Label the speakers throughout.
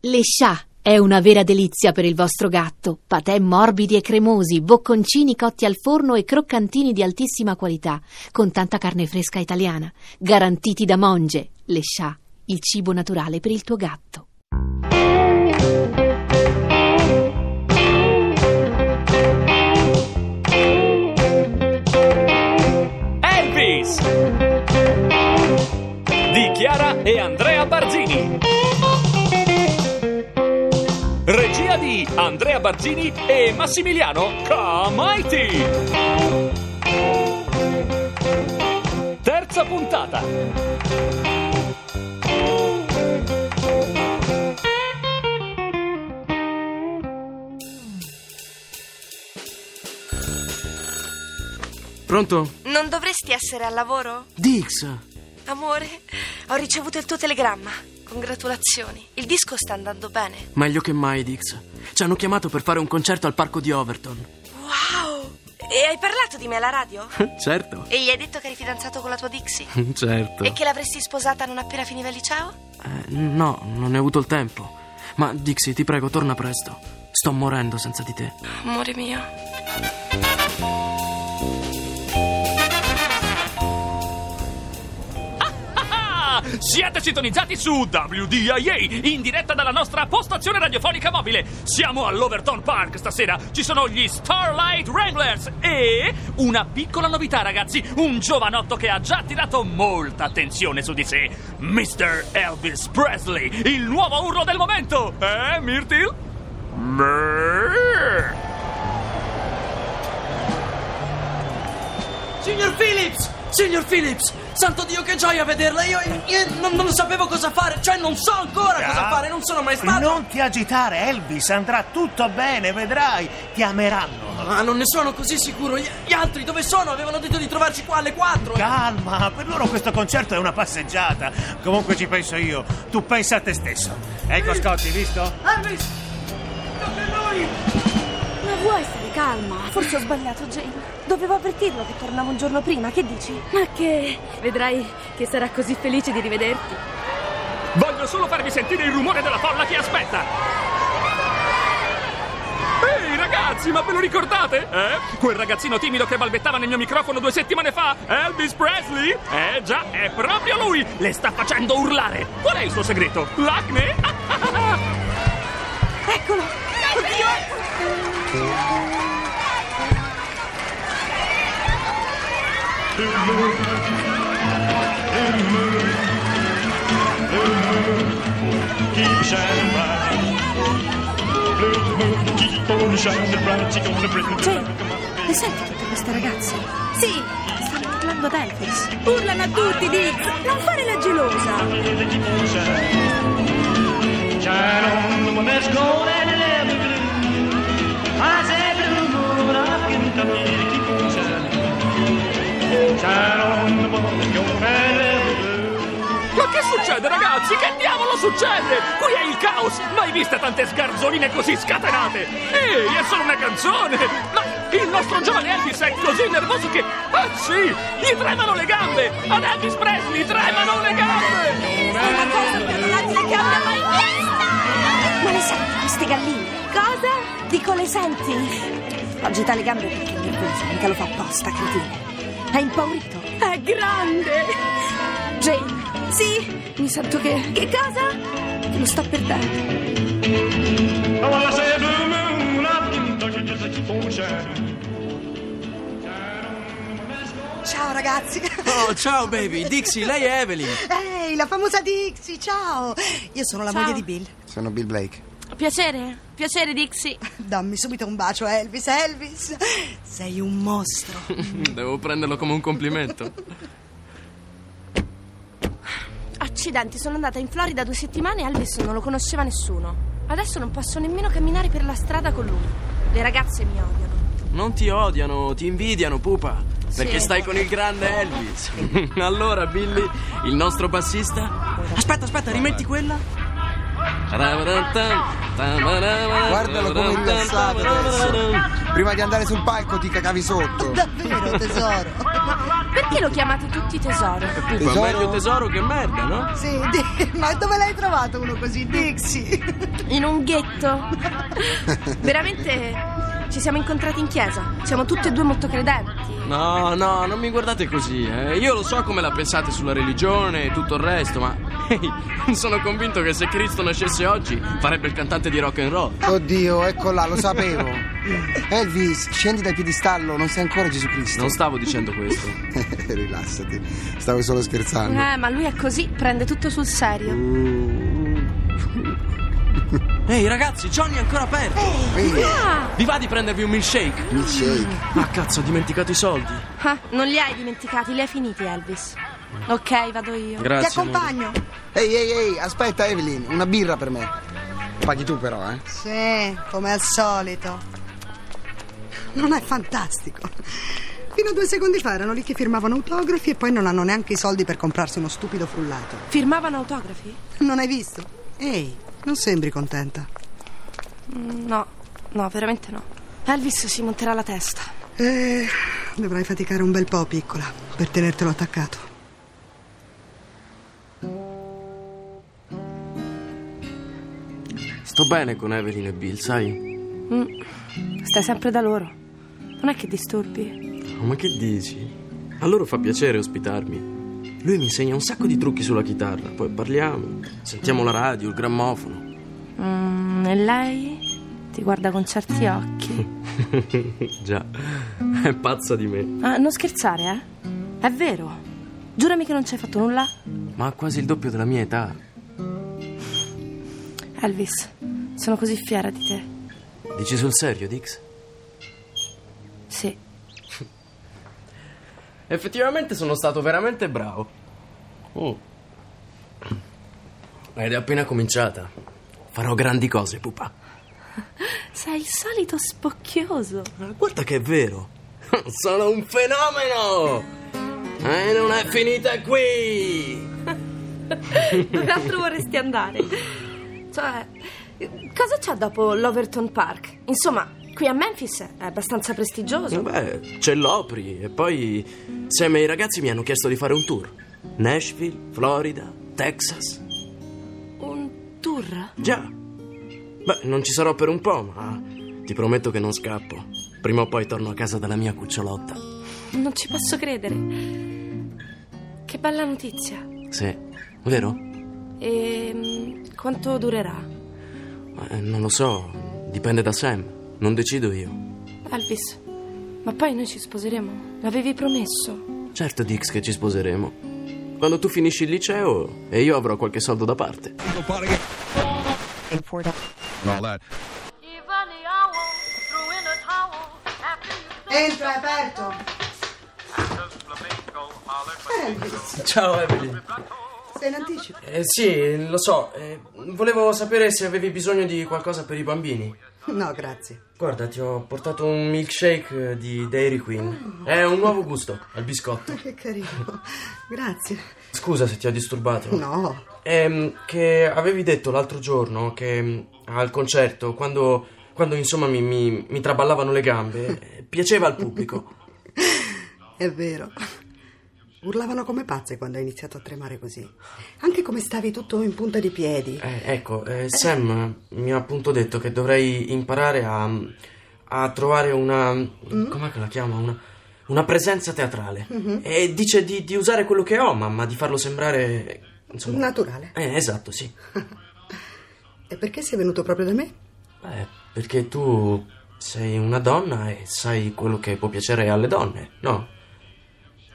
Speaker 1: Le scià è una vera delizia per il vostro gatto. Patè morbidi e cremosi, bocconcini cotti al forno e croccantini di altissima qualità, con tanta carne fresca italiana, garantiti da Monge. Le scià, il cibo naturale per il tuo gatto.
Speaker 2: Elvis di Chiara e Andrea Barzini. Regia di Andrea Barzini e Massimiliano Comaiti. Terza puntata.
Speaker 3: Pronto?
Speaker 4: Non dovresti essere al lavoro?
Speaker 3: Dix!
Speaker 4: Amore, ho ricevuto il tuo telegramma. Congratulazioni. Il disco sta andando bene.
Speaker 3: Meglio che mai, Dix. Ci hanno chiamato per fare un concerto al parco di Overton.
Speaker 4: Wow! E hai parlato di me alla radio?
Speaker 3: Certo.
Speaker 4: E gli hai detto che eri fidanzato con la tua Dixie?
Speaker 3: Certo.
Speaker 4: E che l'avresti sposata non appena finiva il liceo?
Speaker 3: Eh, no, non ne ho avuto il tempo. Ma Dixie, ti prego, torna presto. Sto morendo senza di te.
Speaker 4: Amore mio.
Speaker 2: Ah, siete sintonizzati su WDIA in diretta dalla nostra postazione radiofonica mobile. Siamo all'Overton Park stasera. Ci sono gli Starlight Wranglers e una piccola novità, ragazzi. Un giovanotto che ha già attirato molta attenzione su di sé. Mr. Elvis Presley, il nuovo urlo del momento. Eh, Myrtle? Meh.
Speaker 3: Signor Phillips! Signor Phillips! Santo Dio, che gioia vederla! Io, io non, non sapevo cosa fare, cioè non so ancora cosa fare, non sono mai stato.
Speaker 5: Non ti agitare, Elvis, andrà tutto bene, vedrai. Ti ameranno.
Speaker 3: Ah, Ma non ne sono così sicuro. Gli, gli altri dove sono? Avevano detto di trovarci qua alle 4.
Speaker 5: Calma, per loro questo concerto è una passeggiata. Comunque ci penso io, tu pensa a te stesso.
Speaker 3: Mm.
Speaker 5: Ecco Scotti, visto?
Speaker 3: Elvis! Tocca a noi!
Speaker 6: Ma vuoi stare calma?
Speaker 7: Forse ho sbagliato, Jane. Dovevo avvertirlo che tornavo un giorno prima, che dici?
Speaker 6: Ma che vedrai che sarà così felice di rivederti.
Speaker 2: Voglio solo farvi sentire il rumore della folla che aspetta. Ehi ragazzi, ma ve lo ricordate? Eh? Quel ragazzino timido che balbettava nel mio microfono due settimane fa, Elvis Presley? Eh già, è proprio lui! Le sta facendo urlare! Qual è il suo segreto? L'acne? Ah,
Speaker 7: Eccolo! Oddio!
Speaker 8: keep shining bright. Blue moon, keep on shining bright. You're gonna bring the
Speaker 7: Jane, le senti tutte queste ragazze?
Speaker 6: Sì,
Speaker 7: Stanno parlando ad Elvis.
Speaker 6: urlano a tutti, Dick! Non fare la gelosa!
Speaker 8: light. Keep on shining. Shine on the one that's gold and never blue. I said, blue moon, I'm Kentucky. Keep on shining. Shine on the one that's gold and never blue.
Speaker 2: Ma che succede ragazzi? Che diavolo succede? Qui è il caos! Mai viste tante sgarzoline così scatenate! Ehi, è solo una canzone! Ma il nostro giovane Elvis è così nervoso che... Ah sì! Gli tremano le gambe! Ad Elvis Presley tremano le gambe!
Speaker 7: Ma le senti queste galline?
Speaker 6: Cosa?
Speaker 7: Dico, le senti? Agita le gambe perché è nervoso, mica lo fa apposta, cretino. È impaurito.
Speaker 6: È grande!
Speaker 7: Jane,
Speaker 6: Sì, mi sento che. Che cosa?
Speaker 7: te lo sto per dare.
Speaker 8: Oh, well, I said, blue moon, I'm Kentucky. Just keep on shining.
Speaker 9: Ciao ragazzi!
Speaker 3: Oh, ciao baby, Dixie, lei è Evelyn.
Speaker 9: Ehi, la famosa Dixie, ciao! Io sono la
Speaker 6: Ciao.
Speaker 9: moglie di Bill.
Speaker 10: Sono Bill Blake.
Speaker 6: Piacere, piacere, Dixie.
Speaker 9: Dammi subito un bacio, Elvis, Elvis! Sei un mostro!
Speaker 3: Devo prenderlo come un complimento.
Speaker 6: Accidenti, sono andata in Florida due settimane e Elvis non lo conosceva nessuno. Adesso non posso nemmeno camminare per la strada con lui. Le ragazze mi odiano.
Speaker 3: Non ti odiano, ti invidiano, pupa. Perché
Speaker 6: Sì.
Speaker 3: stai con il grande Elvis. allora, Billy, il nostro bassista. Aspetta, aspetta, rimetti quella. Guardalo
Speaker 10: Guardalo come è rilassato adesso. Prima di andare sul palco ti cagavi sotto.
Speaker 9: Davvero, tesoro.
Speaker 6: Perché lo chiamate tutti tesoro?
Speaker 3: Comunque,
Speaker 10: Tesoro?
Speaker 3: meglio tesoro che merda, no?
Speaker 9: Sì, di- ma dove l'hai trovato uno così, Dixie?
Speaker 6: In un ghetto. Veramente ci siamo incontrati in chiesa. Siamo tutte e due molto credenti.
Speaker 3: No, no, non mi guardate così, eh. Io lo so come la pensate sulla religione e tutto il resto, ma ehi, sono convinto che se Cristo nascesse oggi farebbe il cantante di rock and roll.
Speaker 10: Oddio, ecco là, lo sapevo. Elvis, scendi dal piedistallo, non sei ancora Gesù Cristo.
Speaker 3: Non stavo dicendo questo.
Speaker 10: Rilassati, stavo solo scherzando.
Speaker 6: Eh, ma lui è così, prende tutto sul serio.
Speaker 3: Ehi ragazzi, Johnny è ancora aperto! Vi va di prendervi un milkshake? Milkshake? Ah cazzo, ho dimenticato i soldi.
Speaker 6: Ah, non li hai dimenticati, li hai finiti, Elvis. Ok, vado io.
Speaker 3: Grazie,
Speaker 9: Ti accompagno.
Speaker 10: Ehi, ehi, ehi, aspetta Evelyn, una birra per me. Paghi tu però, eh.
Speaker 9: Sì, come al solito. Non è fantastico? Fino a due secondi fa erano lì che firmavano autografi e poi non hanno neanche i soldi per comprarsi uno stupido frullato.
Speaker 6: Firmavano autografi?
Speaker 9: Non hai visto? Ehi, non sembri contenta.
Speaker 6: Mm, No, no, veramente no. Elvis si monterà la testa.
Speaker 9: Eh, dovrai faticare un bel po', piccola, per tenertelo attaccato.
Speaker 3: Sto bene con Evelyn e Bill, sai?
Speaker 6: Mm, Stai sempre da loro. Non è che disturbi.
Speaker 3: Oh, ma che dici? A loro fa piacere ospitarmi. Lui mi insegna un sacco di trucchi sulla chitarra, poi parliamo, sentiamo la radio, il grammofono.
Speaker 6: Mm, e lei ti guarda con certi occhi.
Speaker 3: Già, è pazza di me.
Speaker 6: Ah, non scherzare, eh? È vero. Giurami che non ci hai fatto nulla.
Speaker 3: Ma ha quasi il doppio della mia età.
Speaker 6: Elvis, sono così fiera di te.
Speaker 3: Dici sul serio, Dix?
Speaker 6: Sì.
Speaker 3: Effettivamente sono stato veramente bravo. Oh. Ed è appena cominciata. Farò grandi cose, pupa.
Speaker 6: Sei il solito spocchioso.
Speaker 3: Guarda che è vero. Sono un fenomeno! E non è finita qui!
Speaker 6: Dove altro vorresti andare? Cioè, cosa c'è dopo l'Overton Park? Insomma, qui a Memphis è abbastanza prestigioso.
Speaker 3: Vabbè, c'è l'Opri e poi Sam e i ragazzi mi hanno chiesto di fare un tour. Nashville, Florida, Texas.
Speaker 6: Un tour?
Speaker 3: Già. Beh, non ci sarò per un po', ma ti prometto che non scappo. Prima o poi torno a casa dalla mia cucciolotta.
Speaker 6: Non ci posso credere. Che bella notizia.
Speaker 3: Sì, vero?
Speaker 6: E mm, quanto durerà?
Speaker 3: Eh, non lo so, dipende da Sam. Non decido io.
Speaker 6: Elvis, ma poi noi ci sposeremo. L'avevi promesso.
Speaker 3: Certo, Dix, che ci sposeremo. Quando tu finisci il liceo e io avrò qualche soldo da parte.
Speaker 9: Entra, è aperto. Elvis,
Speaker 3: Ciao, Evelyn.
Speaker 9: sei in anticipo.
Speaker 3: Eh, sì, lo so. eh, volevo sapere se avevi bisogno di qualcosa per i bambini.
Speaker 9: No, grazie.
Speaker 3: Guarda, ti ho portato un milkshake eh, di Dairy Queen. È un nuovo gusto al biscotto.
Speaker 9: Che carino. Grazie.
Speaker 3: Scusa se ti ho disturbato.
Speaker 9: No,
Speaker 3: Ehm, che avevi detto l'altro giorno che mm, al concerto, quando, quando, insomma mi, mi- mi traballavano le gambe, eh, piaceva al pubblico.
Speaker 9: è vero. Urlavano come pazze quando hai iniziato a tremare così. Anche come stavi tutto in punta di piedi.
Speaker 3: Eh, ecco, eh, Sam mi ha appunto detto che dovrei imparare a, a trovare una... com'è che la chiama? Una, una presenza teatrale. E dice di, di usare quello che ho, ma, ma di farlo sembrare... insomma...
Speaker 9: Naturale.
Speaker 3: Eh, esatto, sì.
Speaker 9: E perché sei venuto proprio da me?
Speaker 3: Beh, Eh, perché tu sei una donna e sai quello che può piacere alle donne, no?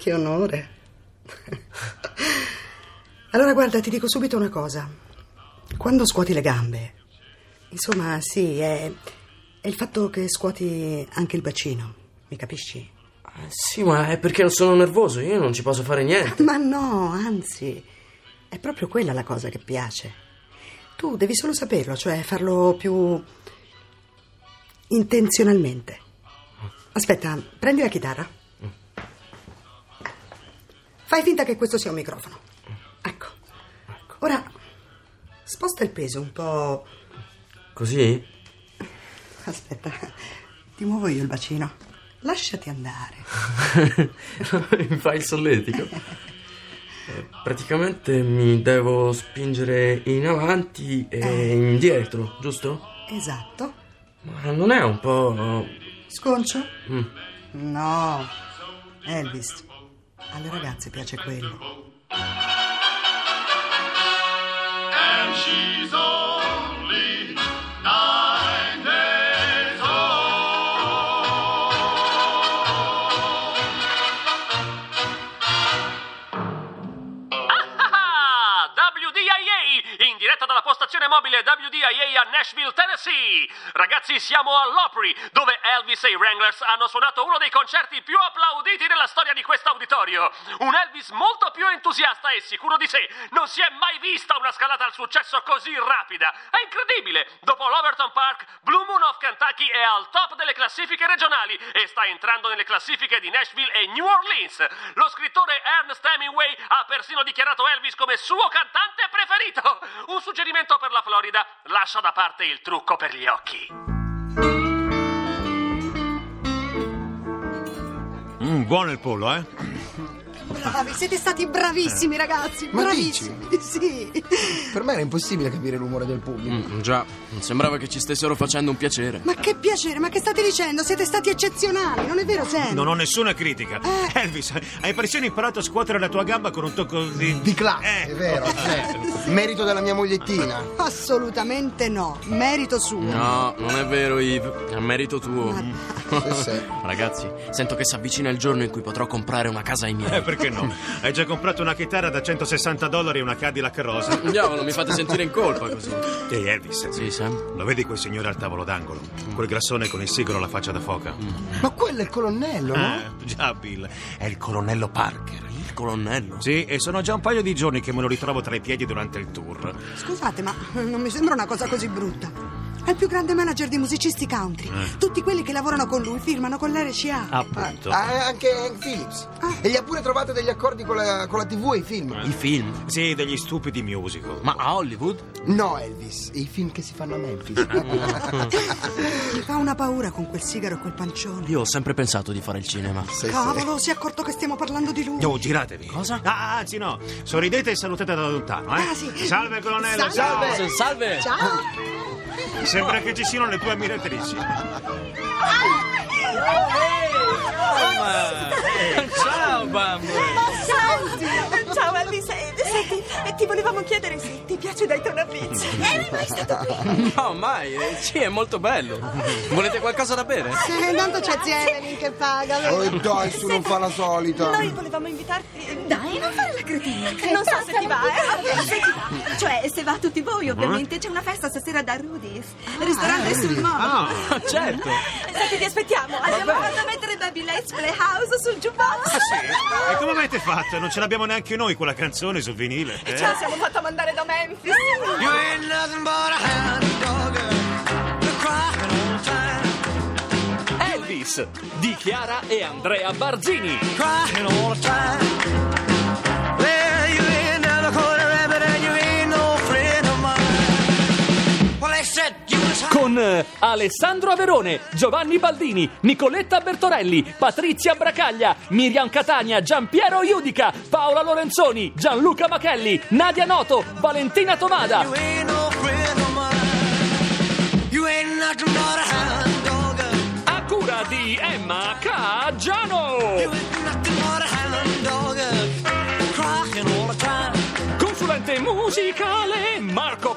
Speaker 9: Che onore. allora, guarda, ti dico subito una cosa. Quando scuoti le gambe, insomma, sì, è, è il fatto che scuoti anche il bacino, mi capisci?
Speaker 3: Eh, Sì, ma è perché sono nervoso, io non ci posso fare niente.
Speaker 9: Ma no, anzi, è proprio quella la cosa che piace. Tu devi solo saperlo, cioè farlo più intenzionalmente. Aspetta, prendi la chitarra. Fai finta che questo sia un microfono. Ecco. Ora sposta il peso un po'.
Speaker 3: Così?
Speaker 9: Aspetta, Ti muovo io il bacino. Lasciati andare.
Speaker 3: mi fai il solletico. Eh, Praticamente mi devo spingere in avanti e indietro, giusto?
Speaker 9: Esatto.
Speaker 3: Ma non è un po'...
Speaker 9: Sconcio?
Speaker 3: Mm.
Speaker 9: No. Elvis, alle ragazze piace quello.
Speaker 8: And she's only nine days
Speaker 2: Ah, WDIA in diretta dalla postazione mobile WDIA a Nashville, Tennessee. Ragazzi, siamo all'Opry, dove Elvis e i Wranglers hanno suonato uno dei concerti più applauditi nella storia di questo auditorio. Un Elvis molto più entusiasta e sicuro di sé. Non si è mai vista una scalata al successo così rapida. È incredibile. Dopo l'Overton Park, Blue Moon of Kentucky è al top delle classifiche regionali e sta entrando nelle classifiche di Nashville e New Orleans. Lo scrittore Ernest Hemingway ha persino dichiarato Elvis come suo cantante preferito. Un suggerimento per la Florida: lascia da parte il trucco per gli occhi.
Speaker 5: Mm, buono il pollo, eh?
Speaker 9: Bravi, siete stati bravissimi ragazzi,
Speaker 10: Ma
Speaker 9: bravissimi. Sì.
Speaker 10: Per me era impossibile capire l'umore del pubblico.
Speaker 3: Mm, già, sembrava che ci stessero facendo un piacere.
Speaker 9: Ma che piacere, ma che state dicendo? Siete stati eccezionali, non è vero
Speaker 3: Eh.
Speaker 9: Sam?
Speaker 5: Non ho nessuna critica. Elvis, hai persino imparato a scuotere la tua gamba con un tocco Eh. di.
Speaker 10: Di
Speaker 9: Eh.
Speaker 10: classe, è vero. sì. Merito della mia mogliettina.
Speaker 9: Oh. Assolutamente no, merito suo.
Speaker 3: No, non è vero, Yves. È merito tuo. Ragazzi, sento che si avvicina il giorno in cui potrò comprare una casa ai miei.
Speaker 5: Eh, perché no? Hai già comprato una chitarra da 160 dollari e una Cadillac rosa.
Speaker 10: Mm.
Speaker 3: Diavolo, mi fate sentire in colpa così.
Speaker 5: Ehi, Elvis.
Speaker 3: Sì, Sam.
Speaker 5: Lo vedi quel signore al tavolo d'angolo? Quel grassone con il sigaro alla faccia da foca?
Speaker 9: Mm.
Speaker 10: Ma quello è il colonnello, no?
Speaker 5: Eh, già, Bill. È il colonnello Parker.
Speaker 3: Il colonnello?
Speaker 5: Sì, e sono già un paio di giorni che me lo ritrovo tra i piedi durante il tour.
Speaker 9: Scusate, ma non mi sembra una cosa così brutta. È il più grande manager di musicisti country. Tutti quelli che lavorano con lui firmano con l'RCA.
Speaker 3: certo.
Speaker 5: Appunto.
Speaker 10: Ah, anche Hank Phillips.
Speaker 9: Ah.
Speaker 10: E gli ha pure trovato degli accordi con la, con la TV e i film.
Speaker 3: I film?
Speaker 5: Sì, degli stupidi musical.
Speaker 3: Ma a Hollywood?
Speaker 10: No, Elvis, i film che si fanno a Memphis.
Speaker 9: Mi fa una paura con quel sigaro e quel pancione.
Speaker 3: Io ho sempre pensato di fare il cinema.
Speaker 9: Cavolo, si è accorto che stiamo parlando di lui.
Speaker 5: Oh, giratevi.
Speaker 3: Cosa?
Speaker 5: Ah, anzi no, sorridete e salutate da lontano, eh?
Speaker 9: Ah, sì.
Speaker 5: Salve colonnello,
Speaker 10: Salve.
Speaker 5: ciao.
Speaker 3: Salve!
Speaker 9: Ciao.
Speaker 5: Sembra che ci siano le tue ammiratrici.
Speaker 3: Ciao, bambino!
Speaker 11: Ciao! Ciao Alice, Eh, senti, eh, ti volevamo chiedere se ti piace Daytona Beach.
Speaker 9: Mm.
Speaker 12: Eh,
Speaker 11: Eri mai stato qui?
Speaker 3: No, mai. eh, Sì, è molto bello. Volete qualcosa da bere?
Speaker 9: Eh, Intanto c'è Zievelin che paga.
Speaker 10: Oh, dai, su non fa la solita.
Speaker 11: Noi volevamo invitarti...
Speaker 12: Dai, non fare la cretina.
Speaker 11: Non so se ti va, eh.
Speaker 12: Se ti va. Cioè, se va a tutti voi,
Speaker 9: Eh?
Speaker 12: ovviamente. C'è una festa stasera da Rudy's.
Speaker 9: Ah.
Speaker 12: ristorante sul molo. Eh,
Speaker 5: Ah,
Speaker 3: Certo.
Speaker 11: Senti, ti aspettiamo.
Speaker 12: Abbiamo fatto mettere Baby Let's Playhouse sul
Speaker 9: Ah,
Speaker 12: giubbotto.
Speaker 5: e come avete fatto? Non ce l'abbiamo neanche noi quella canzone sul vinile. eh?
Speaker 11: Ce la siamo fatta mandare da Memphis.
Speaker 8: You ain't nothing but a hound dog, a crying all the time,
Speaker 2: Elvis di Chiara e Andrea Barzini.
Speaker 8: crying all the time. Well, you ain't another corner rabbit, and you ain't no friend of mine. Well, they said you was hot.
Speaker 2: Con eh, Alessandro Averone, Giovanni Baldini, Nicoletta Bertorelli, Patrizia Bracaglia, Miriam Catania, Giampiero Iudica, Paola Lorenzoni, Gianluca Machelli, Nadia Noto, Valentina Tomada.
Speaker 8: You ain't no friend of mine. You ain't nothing but a hound dog,
Speaker 2: A cura di Emma Caggiano.
Speaker 8: nothing but a hound dog, crying all the time.
Speaker 2: Consulente musicale Marco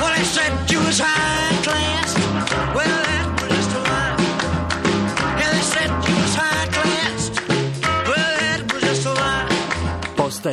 Speaker 8: Well, they said you was high class. Well, that was the line. Yeah, they said you was high class. Well, that was just a lie.
Speaker 13: Posta